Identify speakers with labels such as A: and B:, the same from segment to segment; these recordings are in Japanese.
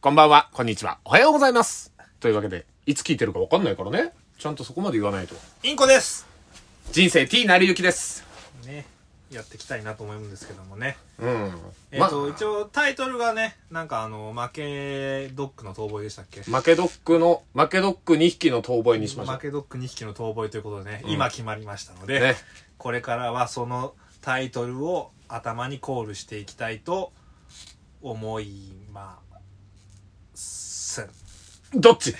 A: こんばんは、こんにちは、おはようございます。というわけで、いつ聞いてるかわかんないからね。ちゃんとそこまで言わないと。
B: インコです
A: 人生 T なりゆきです。
B: ね、やっていきたいなと思うんですけどもね。
A: うん。
B: えっ、と、一応タイトルがね、なんかあの、負けドッグの遠吠えでしたっけ
A: ま、負けドックの、負けドック2匹の遠吠えにしましょ
B: 負
A: う。
B: けドッグ2匹の遠吠えということでね、今決まりましたので、
A: ね
B: これからはそのタイトルを頭にコールしていきたいと思います。
A: どっち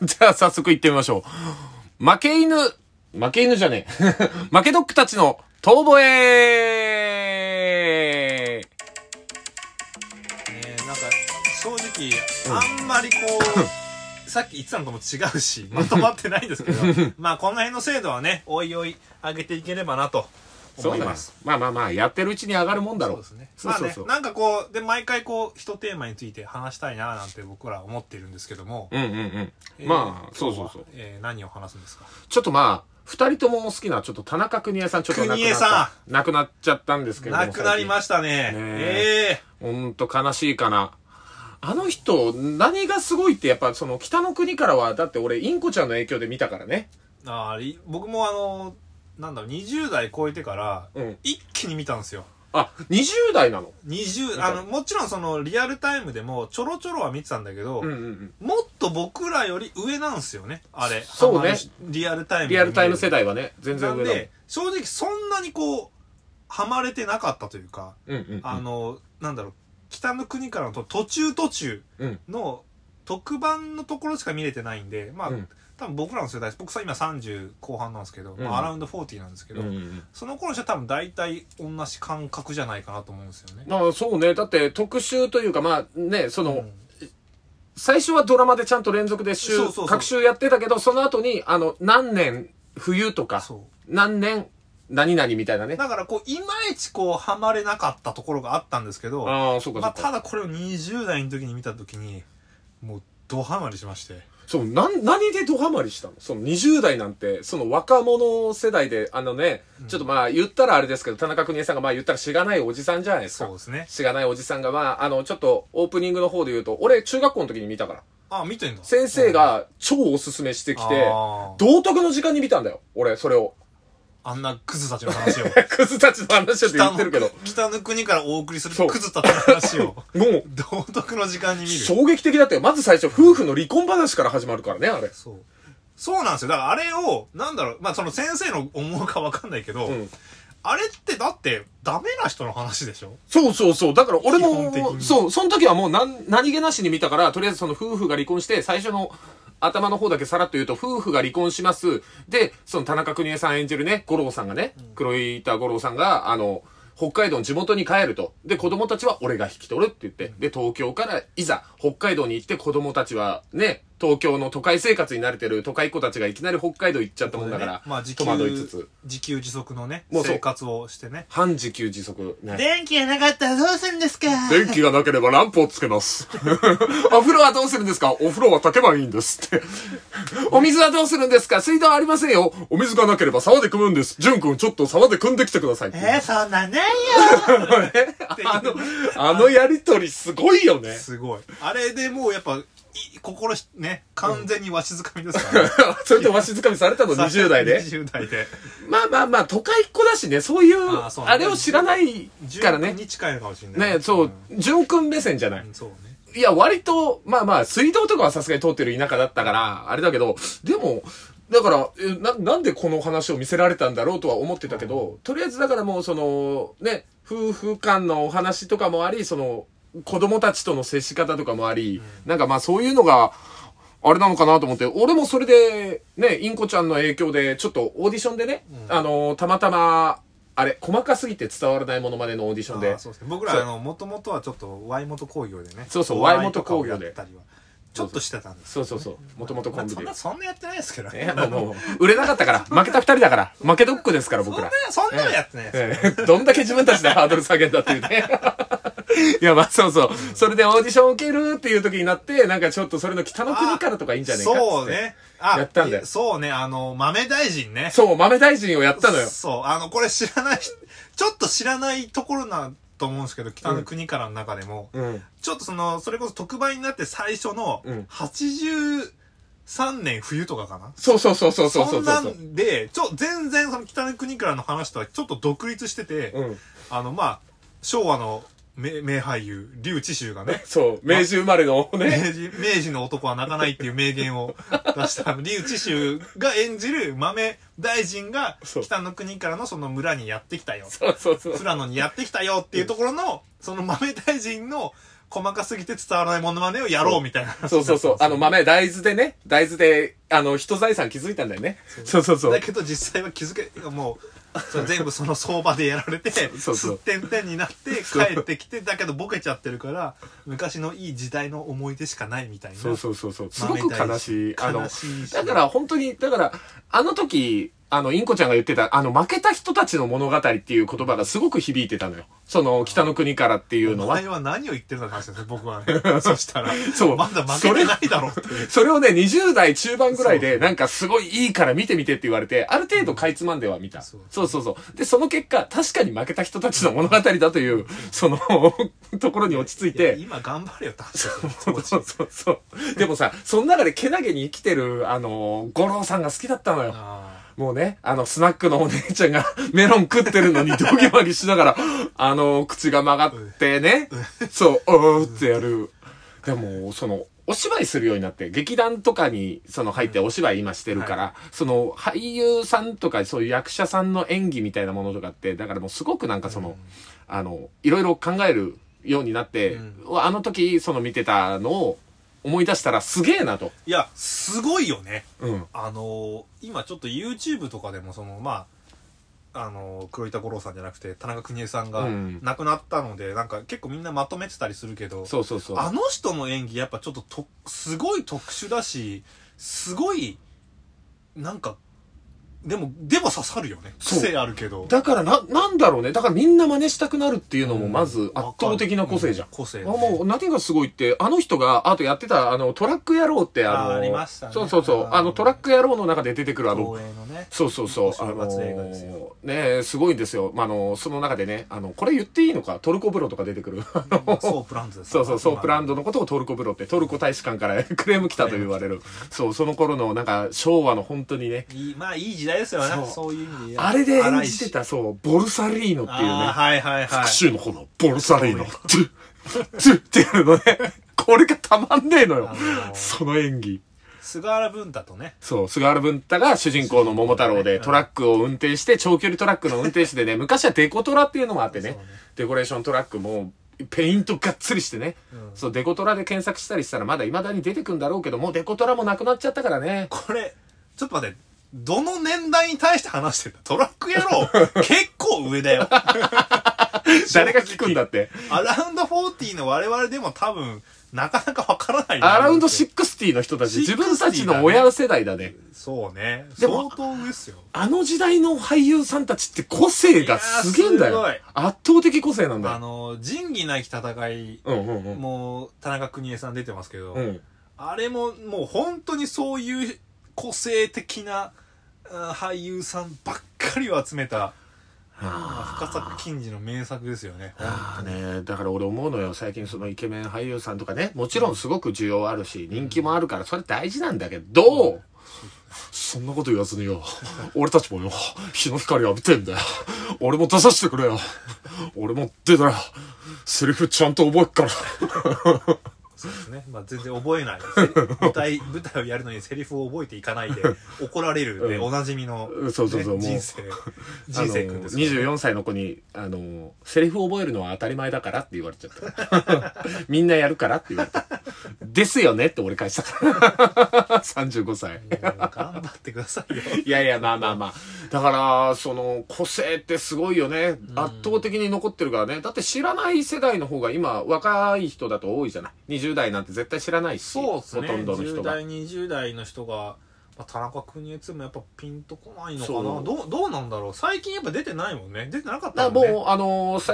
A: じゃあ早速行ってみましょう。負け犬、負け犬じゃねえ。 負けドックたちの遠吠え
B: ね、なんか正直、あんまりこう さっき言ってたのとも違うしまとまってないんですけどまあこの辺の精度はねおいおい上げていければなと
A: そ
B: 思
A: う
B: い
A: だね
B: ます。
A: まあまあまあ、やってるうちに上がるもんだろう。
B: そうです
A: そう
B: ね。まあ
A: そう
B: ね
A: そう、
B: なんかこう、で、毎回こう、一テーマについて話したいななんて僕らは思ってるんですけども。
A: うんうんう
B: え
A: ん。
B: ー
A: まあ、そ
B: 今日
A: うそう
B: は
A: そう。
B: えー何を話すんですか
A: ちょっとまあ、二人とも好きな、ちょっと田中邦衛さん、ちょっと亡く
B: 邦
A: な
B: 衛
A: っ
B: さ
A: た。亡くなっちゃったんですけれども。
B: なくなりましたね。
A: ね
B: え
A: 最近ほんと悲しいかな。あの人、何がすごいって、やっぱその北の国からは、だって俺、インコちゃんの影響で見たからね。
B: えあーい僕もあの、なんだろう、20代超えてから、
A: うん。
B: 一気に見たんですよ。
A: あ、20代なの。
B: 20
A: な
B: あ
A: んか
B: のもちろんそのリアルタイムでもちょろちょろは見てたんだけど、
A: うんうんうん。
B: もっと僕らより上なんですよねあれ
A: そうね
B: あのリアルタイムで
A: リアルタイム世
B: 見れ
A: 代はね、全
B: る
A: 然
B: な
A: 上
B: ん
A: だもん。
B: で正直そんなにこうはまれてなかったというか、
A: うんうんうん。
B: あのなんだろう北の国からのと途中途中の特番のところしか見れてないんでまあ、
A: うん
B: 多分僕らの世代僕さ今30後半なんですけど、
A: うん
B: まあアラウンド40なんですけど、
A: うんうんうん。
B: その頃じゃ多分大体同じ感覚じゃないかなと思うんですよね。
A: まあそうね。だって特集というか、まあね、その、
B: うん
A: 最初はドラマでちゃんと連続で週、
B: そうそうそう
A: 各週やってたけど、その後に、あの、何年、冬とか、
B: そう
A: 何年、何々みたいなね。
B: だからこう、いまいちこう、はまれなかったところがあったんですけど、
A: ああ、そうか
B: ま
A: そ
B: あ、
A: うか。
B: ただこれを20代の時に見た時に、もう、ドハマりしまして。
A: そう、なん、何でドハマりしたのその20代なんて、その若者世代で、あのね、ちょっとまあ言ったらあれですけど、田中邦衛さんがまあ言ったらしがないおじさんじゃないです
B: そう
A: か
B: で。すね。
A: しがないおじさんがまあ、あの、ちょっとオープニングの方で言うと、俺中学校の時に見たから、
B: あ、見てんだ。
A: 先生が超おすすめしてきて
B: あ、ー
A: 道徳の時間に見たんだよ、俺、それを。
B: あんなクズたちの話を。
A: クズたちの話だって言ってるけど。
B: 北の国からお送りする
A: そう
B: クズたちの話を、
A: もう、
B: 道徳の時間に見る。
A: 衝撃的だったよ。まず最初、夫婦の離婚話から始まるからね、あれ。
B: そう。そうなんですよ。だからあれを、なんだろう、まあその先生の思うかわかんないけど、
A: うん
B: あれってだって、ダメな人の話でしょ
A: そうそうそう。だから俺
B: 基本的
A: も、
B: に
A: そう、その時はもう何、何気なしに見たから、とりあえずその夫婦が離婚して、最初の頭の方だけさらっと言うと、夫婦が離婚します。で、その田中邦衛さん演じるね、五郎さんがね、黒板五郎さんが、あの、北海道の地元に帰ると。で、子供たちは俺が引き取るって言って。で、東京からいざ北海道に行って子供たちはね、東京の都会生活に慣れてる都会っ子たちがいきなり北海道行っちゃったもんだから、
B: まあ自給
A: 戸惑いつつ。
B: 自給自足のね、
A: もうそう
B: 生活をしてね。
A: 半自給自足。ね
B: 電気がなかったらどうするんですか
A: 電気がなければランプをつけます。 お風呂はどうするんですかお風呂は炊けばいいんですって。 お水はどうするんですか水道はありませんよ。お水がなければ沢で汲むんです。淳君ちょっと沢で汲んできてくださいって。
B: そんなな いよ
A: あの、あのやりとりすご いよね。
B: すごい。あれでもうやっぱ、い心し、ね、完全にわしづかみですからね。
A: それとわしづかみされたの20代で。
B: 20代で。
A: まあまあまあ、都会っ子だしね、そういう、
B: ああそうね
A: あれを知らないか
B: 10
A: らね。
B: に近いのかもしれない。
A: ね、そうう、淳君目線じゃない
B: ん。。そうね。
A: いや、割と、まあまあ、水道とかはさすがに通ってる田舎だったから、あれだけど、でも、だから、えな、なんでこの話を見せられたんだろうとは思ってたけど、とりあえずだからもう、その、ね、夫婦間のお話とかもあり、その、子供たちとの接し方とかもあり、なんかまあそういうのが、あれなのかなと思って、俺もそれで、ね、インコちゃんの影響で、ちょっとオーディションでね、あの、たまたま、あれ、細かすぎて伝わらないものまねのオーディション
B: あ
A: で
B: あ、そうですね。僕ら、あの、もともとはちょっと、Y 元工業でね。
A: そうそう
B: お笑い
A: Y 元工業で
B: とかをやったりはちょっとしてたんです。
A: そうそうそう、もともとコ
B: ま
A: ン
B: あ
A: ビ
B: そ
A: で
B: んな、。そんなやってないですけど
A: い
B: ね
A: や。もうもう、売れなかったから、負けた二人だから、負けドックですから、
B: そん
A: 僕
B: な
A: ら。、
B: そんなのやってないですよ。
A: ええどんだけ自分たちでハードル下げんだっていうね。いや、まあそうそう。それでオーディション受けるっていう時になって、なんかちょっとそれの北の国からとかいいんじゃねえかっつって。
B: そう。ね。あ、
A: やったんだよ
B: そうね、あの、豆大臣ね。
A: そう、豆大臣をやったのよ。
B: そう、あの、これ知らない人、ちょっと知らないところなと思うんですけど、北の国からの中でも、
A: うん。
B: ちょっとその、それこそ特売になって最初の
A: うん、
B: 83年冬とかかな。
A: そうそうそうそうそうそ
B: そ
A: うんそ
B: な
A: う。
B: んで、ちょ、全然その北の国からの話とはちょっと独立してて、
A: うん。
B: あの、まあ、昭和の名名俳優、劉智秋がね、
A: そう、明治生まれのね。
B: 明治、明治の男は泣かないっていう名言を出した、あの、劉智秋が演じる豆大臣が、
A: そう
B: 北の国からのその村にやってきたよ。
A: そうそうそう。
B: 富良野にやってきたよっていうところの、その豆大臣の細かすぎて伝わらないモノマネをやろうみたいな。
A: そうそうそう。あの、豆、大豆でね、大豆で、あの、人財産築いたんだよね。そうそうそう
B: だ。けど実際は気づけ、もう、それ全部その相場でやられて、
A: そうそ
B: すっ
A: う
B: てんてんになって帰ってきて、だけどボケちゃってるから、昔のいい時代の思い出しかないみたいな。
A: そうそうそうそう。すごく悲しい。あの
B: 悲、しいし。
A: だから本当に、だから、あの時、あの、インコちゃんが言ってた、あの、負けた人たちの物語っていう言葉がすごく響いてたのよ。その、北の国からっていうの
B: お
A: は
B: 前。は何を言ってるんだって話ですね、僕はね。そしたら。
A: そう
B: まだ負けてないだろうっていう。
A: それをね、20代中盤ぐらい
B: そ
A: で、なんかすごいいいから見てみてって言われて、ある程度かいつまんでは見た。
B: そ
A: そううそうそう。で、その結果、確かに負けた人たちの物語だという、その、ところに落ち着い
B: いや
A: て、
B: 今頑張れよって話だよ
A: そうそうそうそう。でもさ、その中でけなげに生きてる、あの、五郎さんが好きだったのよ。
B: あ
A: もうね、あの、スナックのお姉ちゃんが メロン食ってるのにドギマギしながら、あの、口が曲がってね、そう、おーってやる。でも、その、お芝居するようになって、劇団とかに、その入ってお芝居今してるから、その、俳優さんとか、そういう役者さんの演技みたいなものとかって、だからもうすごくなんかその、あの、いろいろ考えるようになって、
B: う
A: あの時、その見てたのを思い出したらすげえなと。
B: ーいや、すごいよね。
A: うん。
B: あのー今ちょっと YouTube とかでもそのまああのー黒板五郎さんじゃなくて田中邦衛さんが
A: うん
B: 亡くなったので、なんか結構みんなまとめてたりするけど
A: そうそうそう。
B: あの人の演技やっぱちょっととすごい特殊だしすごいなんかでもでも刺さるよね
A: そう
B: 癖あるけど
A: だからな、なんだろうね。だからみんな真似したくなるっていうのも、まず圧倒的な個性じゃん
B: う。個性
A: あもう何がすごいって、あの人が、あとやってた、あの、トラック野郎って、あの、
B: あありましたね
A: そうそうそう、あの、トラック野郎の中で出てくるあの、
B: 東映のね
A: そうそうそう、あ
B: 正
A: の
B: 月映画ですよ
A: ねえすごいんですよ。まあ、あの、その中でね、あの、これ言っていいのか、トルコ風呂とか出てく る。あの
B: ソープランドです
A: そうそう、ソープランドのことをトルコ風呂って、トルコ大使館からクレーム来たと言われる。そう、その頃の、なんか、昭和の本当にね、
B: いいまあいい時代ですよねそ
A: そうう
B: いう意味で
A: あれで演
B: 荒い
A: じ
B: して
A: た、そう、ボルサリーノっていう
B: あ
A: ね
B: ー。はいはいはい
A: 復讐の炎、ボルサリーノ、トゥッ、トゥッってやるのね。これがたまんねえのよ
B: あの。ー
A: その演技。
B: 菅原文太とね
A: そう、菅原文太が主人公の桃太郎でトラックを運転して、長距離トラックの運転手で ね、昔はデコトラっていうのもあってね
B: そうね、
A: デコレーショントラックも、ペイントがっつりしてね、
B: うん
A: そう、デコトラで検索したりしたらまだ未だに出てくんだろうけど、もうデコトラもなくなっちゃったか らね。
B: これちょっと待ってどの年代に対して話してるんだトラック野 郎結構上だよ
A: 誰が聞く んだって。
B: アラウンド40の我々でも多分なかなかわからない
A: アラウンド
B: シ
A: 60の人たち、
B: 60
A: 自分たちの親世代だね。
B: そうね
A: で
B: 相
A: も
B: 当上っすよ
A: あの時代の俳優さんたちって個性がすげえんだ
B: い
A: よ
B: やーす。
A: 圧倒的個性なんだ
B: あ
A: よ。
B: の仁義なき戦い
A: うんうんうん。
B: もう田中邦衛さん出てますけど、
A: うん。
B: あれももう本当にそういう個性的なあー俳優さんばっかりを集めたまあ深作金次の名作ですよね。
A: ああね、だから俺思うのよ。最近そのイケメン俳優さんとかね、もちろんすごく需要あるし、人気もあるから、それ大事なんだけど、そんなこと言わずによ、 俺たちもよ、日の光浴びてんだよ。俺も出させてくれよ。俺も出たよ。セリフちゃんと覚えっから。
B: そうですね。まあ全然覚え ない。舞台、舞台をやるのにセリフを覚えていかないで、怒られるで、
A: うん
B: おなじみの、
A: うんそうそうそう
B: ね
A: もう
B: 人生、人生くんです
A: あ
B: け
A: の
B: どね
A: 24歳の子に、あの、セリフ覚えるのは当たり前だからって言われちゃった。 みんなやるからって言われた。ですよねって俺返した から。35歳。
B: もう頑張ってくださいよ。
A: いやいや、まあまあまあ。だから、その、個性ってすごいよね。圧倒的に残ってるからね。だって知らない世代の方が今、若い人だと多いじゃない。20代なんて絶対知らないし。
B: そうですね。
A: ほとんどの人
B: 10
A: が。
B: 代、20代の人が、まあ、田中邦衛2もやっぱピンとこないのかな
A: そう
B: どう、どうなんだろう最近やっぱ出てないもんね。出てなかった
A: だから
B: もんね。
A: もう、あのー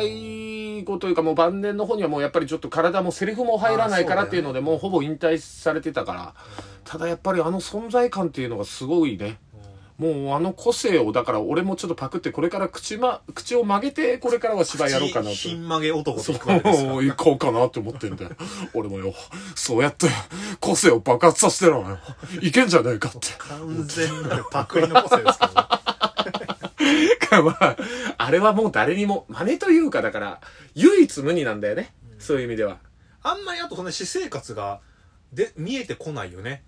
A: 最後というかもう晩年の方にはもうやっぱりちょっと体もセリフも入らないからっていうので、
B: あーそうだよね
A: もうほぼ引退されてたから。ただやっぱりあの存在感っていうのがすごいね。
B: うん
A: もうあの個性を、だから俺もちょっとパクって、これから口ま、口を曲げて、これからは芝居やろうかなと。
B: ひん曲げ男
A: そ
B: と
A: う、
B: かですか
A: 行こうかなって思ってんだよ。俺もよ、そうやって、個性を爆発させてろよ。いけんじゃねえかって。
B: 完全なるパクリの個性ですけどね
A: か まあ、あれはもう誰にも、真似というか、だから、唯一無二なんだよね。そういう意味では。
B: あんまりあとそんな私生活がで見えてこないよね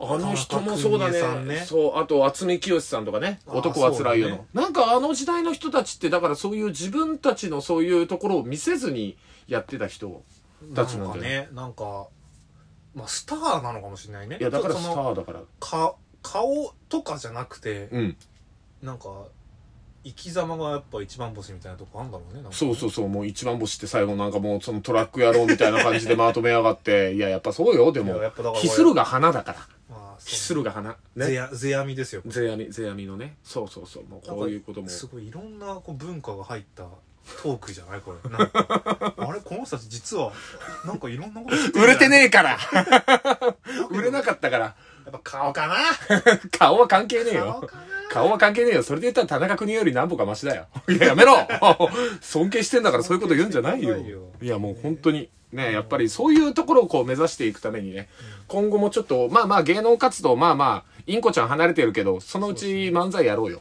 A: あの人もそうだ
B: 田中邦衛
A: ね。
B: さんね
A: そう、あと、渥美清さんとかね。
B: あー
A: 男は辛いよの、
B: そうだね
A: なんかあの時代の人たちって、だからそういう自分たちのそういうところを見せずにやってた人
B: な
A: た
B: ん
A: ちなん
B: か
A: だよ。
B: ねなんかまあスターなのかもしれないね
A: いや、だから
B: そ
A: スタ
B: の
A: ーだから。
B: か顔とかじゃなくて
A: うん。
B: なんか生き様がやっぱ一番星みたいなとこあんだろうねなんかね
A: そうそうそう、もう一番星って最後なんかもうそのトラック野郎みたいな感じでまとめやがって、いや、やっぱそうよ、で
B: い
A: も
B: ややっぱだか。ら
A: ヒスルが花だから。
B: まあそう
A: ヒスルが花。
B: ゼ
A: ね。
B: アゼアミですよ
A: ゼアミ、ゼアミのね。そうそうそう。もうこういうことも。
B: すごいいろんなこう文化が入ったトークじゃないこれなんか あれこの人たち実はなんかいろんなこと知ってんじ
A: 売れ
B: ゃな
A: て
B: い
A: ねえから
B: 売
A: 売れ
B: れ
A: な
B: な
A: かったから。
B: やっぱ顔かな
A: 顔は関係ねえよ。
B: 顔かな
A: 顔は関係ねえよ。それで言ったら田中邦より何歩かマシだよ。 いや、やめろ尊敬してんだからそういうこと言うんじゃない
B: 尊
A: よ
B: 敬してんじゃないよ。
A: いや、もう本当に。ね、やっぱりそういうところをこう目指していくためにね、今後もちょっと、まあまあ芸能活動、まあまあ、インコちゃん離れてるけど、そのうち漫才やろうよ。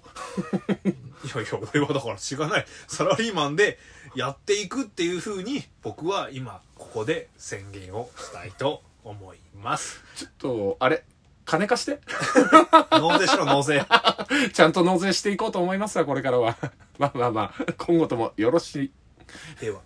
B: いやいや、俺はだから知らない。サラリーマンでやっていくっていうふうに、僕は今、ここで宣言をしたいと思います。
A: ちょっと、あれ金貸して
B: 納税しろ、納税。
A: ちゃんと納税してい こうと思いますわ、これからは。まあまあまあ、今後ともよろしい。
B: では。